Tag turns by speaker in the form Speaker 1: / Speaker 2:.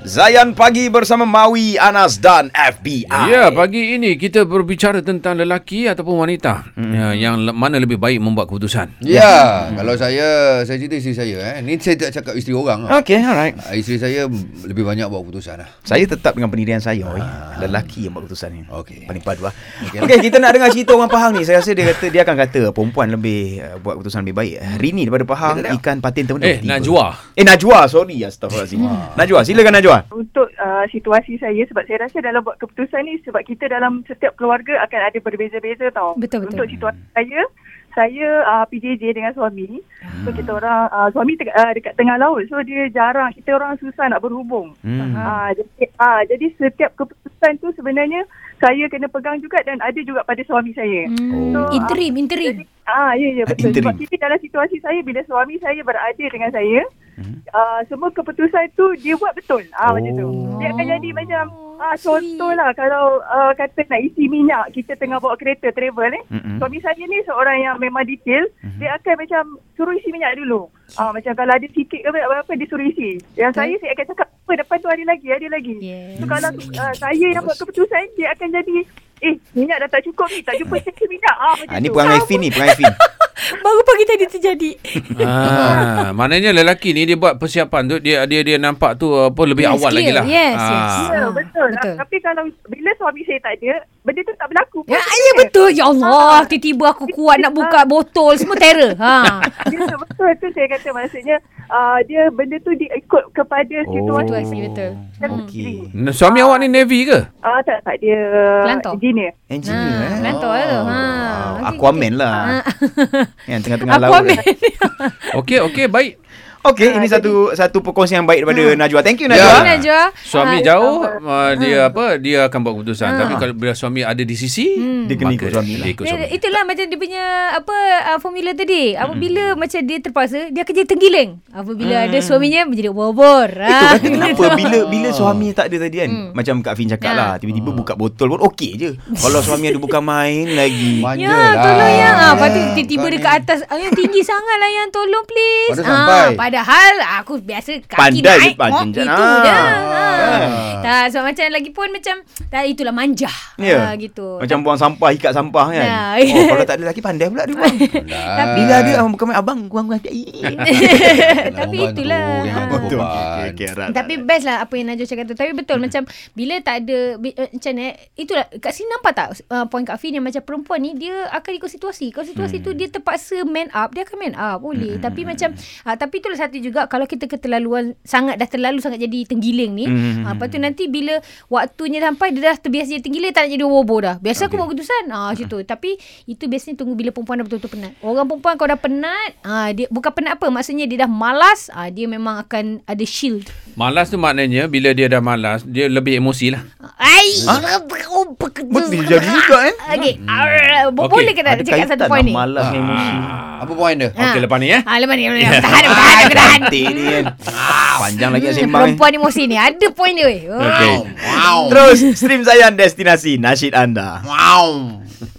Speaker 1: Zayan Pagi bersama Mawi, Anas dan FBI.
Speaker 2: Ya, pagi ini kita berbicara tentang lelaki ataupun wanita hmm. ya, yang le- mana lebih baik membuat keputusan.
Speaker 3: Ya, hmm. kalau saya saya cerita isteri saya eh. Ni saya tak cakap isteri orang ah.
Speaker 1: Okay, alright.
Speaker 3: Ah, Isteri saya lebih banyak buat keputusan lah.
Speaker 1: Saya tetap dengan pendirian saya. Oi. Lelaki yang buat keputusan ni.
Speaker 3: Okey.
Speaker 1: Paling padu lah. Okay. kita nak dengar cerita orang Pahang ni. Saya rasa dia kata dia akan kata perempuan lebih uh, buat keputusan lebih baik. Rini daripada Pahang, ikan patin terbendung.
Speaker 2: Eh, Najwa. Hmm.
Speaker 1: Eh, Najwa. Sorry, astagfirullahalazim. Najwa, silakan Najwa.
Speaker 4: untuk uh, situasi saya sebab saya rasa dalam buat keputusan ni sebab kita dalam setiap keluarga akan ada berbeza-beza tau.
Speaker 5: Betul, betul.
Speaker 4: Untuk situasi saya, saya uh, PJJ dengan suami. Hmm. So kita orang uh, suami teg- uh, dekat tengah laut. So dia jarang kita orang susah nak berhubung.
Speaker 1: Hmm.
Speaker 4: Hmm. Uh, jadi uh, jadi setiap keputusan tu sebenarnya saya kena pegang juga dan ada juga pada suami saya. Hmm.
Speaker 5: Hmm,
Speaker 4: So,
Speaker 5: interim, interim.
Speaker 4: Jadi, ah, ya, ya, betul.
Speaker 1: interim.
Speaker 4: Sebab ini dalam situasi saya, bila suami saya berada dengan saya, ah, semua keputusan tu dia buat betul. Ah, oh. macam tu. Dia akan jadi macam, ah, contohlah kalau ah, kata nak isi minyak, kita tengah bawa kereta travel eh.
Speaker 1: Mm-mm. Mm-hmm.
Speaker 4: Suami saya ni seorang yang memang detail, dia akan macam suruh isi minyak dulu. Ah, macam kalau ada sikit ke apa-apa, dia suruh isi. Yang saya, saya akan cakap, apa depan tu ada lagi, ada lagi.
Speaker 5: Yes.
Speaker 4: So kalau ah, saya yang buat keputusan, dia akan jadi, eh minyak dah tak cukup ni, tak jumpa sesi minyak. Ah, macam
Speaker 1: Ah, ni
Speaker 4: tu.
Speaker 1: perangai Fin ni, perangai Fin.
Speaker 5: Baru pagi tadi terjadi.
Speaker 2: ah, maknanya lelaki ni dia buat persiapan tu dia dia dia nampak tu apa lebih
Speaker 5: Yes,
Speaker 2: awal
Speaker 5: clear.
Speaker 2: lagi lah.
Speaker 5: Yes, yes.
Speaker 4: Ya,
Speaker 5: Ah,
Speaker 4: betul.
Speaker 5: betul.
Speaker 4: betul. Tapi kalau bila suami saya tak ada, benda tu tak berlaku. pun. Ah.
Speaker 5: Ya, ya betul. Ya Allah, tiba-tiba aku kuat nak buka botol semua terror. Ha.
Speaker 4: Ya, betul tu saya kata maksudnya uh, dia benda tu diikut kepada oh. situasi.
Speaker 5: Situasi betul. Hmm.
Speaker 1: Okey.
Speaker 2: Nah, Suami awak ni navy ke?
Speaker 4: Ah uh, tak tak dia
Speaker 5: Kelantan?
Speaker 4: engineer.
Speaker 1: Engineer
Speaker 5: Ha,
Speaker 1: eh.
Speaker 5: Kelantan lah tu. Ha.
Speaker 1: Wow.
Speaker 5: Okey,
Speaker 1: Aquaman lah. Yang tengah-tengah laut.
Speaker 5: Ah. Aquaman.
Speaker 2: Okey, okey, baik.
Speaker 1: Okey,
Speaker 5: Ah,
Speaker 1: ini satu satu perkongsian yang baik daripada
Speaker 5: Hmm.
Speaker 1: Najwa. Thank you
Speaker 5: Okey,
Speaker 1: Najwa.
Speaker 5: Ya. Najwa.
Speaker 2: Suami
Speaker 5: Ah,
Speaker 2: jauh uh, dia
Speaker 5: Hmm.
Speaker 2: apa dia akan buat keputusan. Tapi kalau bila suami ada di sisi,
Speaker 1: Dia kena ikut
Speaker 2: maka
Speaker 1: suami lah.
Speaker 2: Dia ikut
Speaker 5: Hmm. Dia,
Speaker 2: suami.
Speaker 5: itulah macam dia punya apa uh, formula tadi.
Speaker 1: Hmm.
Speaker 5: Apabila macam dia terpaksa, dia akan jadi tenggiling. Apabila ada suaminya menjadi obor-obor.
Speaker 1: Itu
Speaker 5: Ah.
Speaker 1: kata kenapa bila bila suami tak ada tadi kan macam Kak Fin cakap
Speaker 5: Oh. Ya.
Speaker 1: lah tiba-tiba buka botol pun okey je. Kalau suami ada bukan main lagi.
Speaker 3: Manja
Speaker 5: Ya, tolong yang. Ah, lepas tu
Speaker 3: Ya,
Speaker 5: tiba-tiba
Speaker 3: lah. kau
Speaker 5: dekat
Speaker 3: ni.
Speaker 5: atas. Ah, yang tinggi sangat lah yang. Tolong please. Ah,
Speaker 3: Pada sampai.
Speaker 5: padahal aku biasa kaki
Speaker 1: Pandai
Speaker 5: naik.
Speaker 1: je pandai.
Speaker 5: Oh, itu
Speaker 1: Ah.
Speaker 5: je. Ah.
Speaker 1: Ah.
Speaker 5: Tak, sebab macam lagi pun macam, tak, itulah manja. Ah,
Speaker 1: Ya.
Speaker 5: gitu.
Speaker 1: Macam buang sampah, ikat sampah kan.
Speaker 5: Ya.
Speaker 1: Oh, kalau tak ada lelaki pandai pula dia buang.
Speaker 3: Pandai.
Speaker 1: Bila ada abang bukan main abang kurang kurang tak.
Speaker 3: Nak
Speaker 5: Tapi
Speaker 3: membantu,
Speaker 5: itulah.
Speaker 3: jangan
Speaker 5: Ah.
Speaker 3: beban.
Speaker 5: Tapi best lah apa yang Najwa cakap tu. Tapi betul macam bila tak ada bi- eh, macam ni eh, itulah kat sini nampak tak uh, point Kak Fin yang macam perempuan ni dia akan ikut situasi. Kalau situasi hmm. tu dia terpaksa man up, dia akan man up boleh. Hmm. Tapi macam uh, tapi itulah satu juga kalau kita keterlaluan sangat dah terlalu sangat jadi tenggiling ni.
Speaker 1: Hmm.
Speaker 5: Hmm. Uh, lepas tu nanti bila waktunya sampai dia dah terbiasa jadi tenggiling tak nak jadi wobo dah. Biasa okay. aku buat keputusan. Ah macam tu. Tapi itu biasanya tunggu bila perempuan dah betul-betul penat. Orang perempuan kalau dah penat, ah dia bukan penat apa maksudnya dia dah malas, ah dia memang akan ada shield.
Speaker 2: Malas tu maknanya bila dia dah malas, dia lebih emosi lah.
Speaker 5: Ai.
Speaker 1: Betul jadi juga eh.
Speaker 5: Okey. arr, bo-
Speaker 2: Okey,
Speaker 5: Boleh ke tak
Speaker 1: Ada
Speaker 5: cakap
Speaker 1: kaitan
Speaker 5: satu
Speaker 1: lah
Speaker 5: point ni?
Speaker 1: malas dengan emosi.
Speaker 3: Apa poin dia?
Speaker 5: Ha.
Speaker 2: Okey, lepas ni eh.
Speaker 5: Ha, lepas ni. lepas ni. Tahan, tahan, tahan.
Speaker 1: Cantik ni kan.
Speaker 5: Ah.
Speaker 1: Panjang lagi nak sembang eh. ni. Eh,
Speaker 5: Perempuan emosi ni ada point dia weh.
Speaker 2: Okey.
Speaker 3: Wow.
Speaker 1: Terus stream Zayan Destinasi Nasyid Anda.
Speaker 3: Wow.